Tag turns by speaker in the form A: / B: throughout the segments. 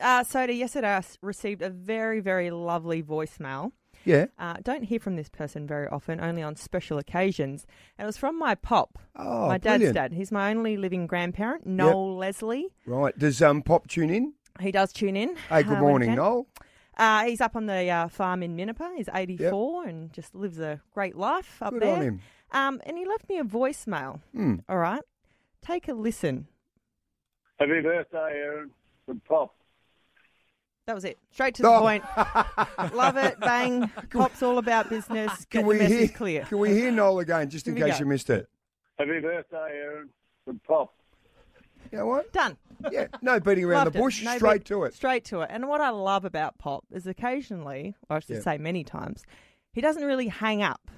A: Uh, Soda, yesterday I s- received a very, very lovely voicemail.
B: Yeah.
A: Uh, don't hear from this person very often, only on special occasions. And it was from my pop,
B: Oh,
A: my dad's
B: brilliant.
A: dad. He's my only living grandparent, Noel Leslie.
B: Right. Does um Pop tune in?
A: He does tune in. uh,
B: Hey,
A: when
B: good
A: he
B: morning,
A: can.
B: Noel.
A: Uh, he's up on the uh, farm in Minipa. He's 84 and just lives a great life up
B: Good
A: there.
B: on him.
A: Um, and he left me a voicemail.
B: Mm.
A: All right. Take a listen.
C: Happy birthday, Aaron. From Pop.
A: That was it. Straight to the
B: Oh.
A: point. Love it. Bang. Pop's all about business. Get
B: Can
A: the
B: we
A: message
B: hear?
A: clear.
B: Can we hear Noel again, just in
A: Here we
B: case
A: go.
B: you missed it?
C: Happy birthday, Aaron. From Pop.
B: You know what?
A: Done.
B: Yeah. No beating around
A: Loved
B: the
A: it.
B: bush.
A: No
B: straight
A: beat-
B: to it.
A: Straight to it. And what I love about Pop is occasionally, or I should
B: Yeah.
A: say many times, he doesn't really hang up,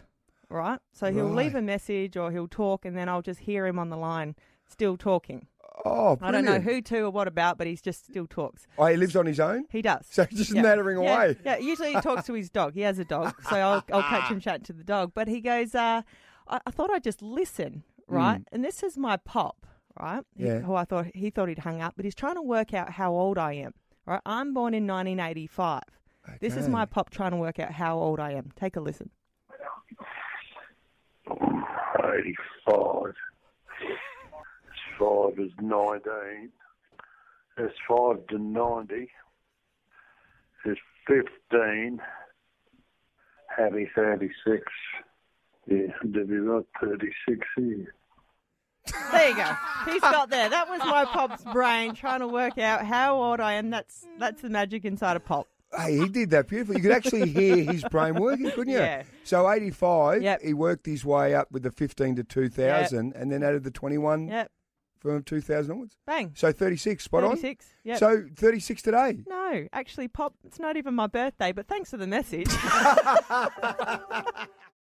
A: right? So he'll leave a message or he'll talk, and then I'll just hear him on the line still talking.
B: Oh, brilliant.
A: I don't know who to or what about, but he's just still talks.
B: Oh, he lives on his own.
A: He does.
B: So he's just nattering
A: Yeah,
B: away.
A: Yeah, usually he talks to his dog. He has a dog, so I'll, I'll catch him chatting to the dog. But he goes, uh, I, I thought I'd just listen, right? And this is my pop, right? He-
B: Hmm. Yeah.
A: Who I thought he thought he'd hung up, but he's trying to work out how old I am, right? I'm born in 1985. This is
B: Okay.
A: my pop trying to work out how old I am. Take a listen.
C: 85. Five is 19. There's 5 to 90. There's 15. Happy 36. Yeah, to be right, 36 here.
A: There you go. He's got there. That was my pop's brain trying to work out how old I am. That's that's the magic inside of pop.
B: Hey, he did that beautifully. You could actually hear his brain working, couldn't you?
A: Yeah.
B: So 85,
A: Yep.
B: he worked his way up with the 15 to 2000 and then added the 21
A: Yep.
B: from 2000 onwards.
A: Bang.
B: So 36, spot on.
A: 36. Yep.
B: So 36 today.
A: No, actually, Pop, it's not even my birthday, but thanks for the message.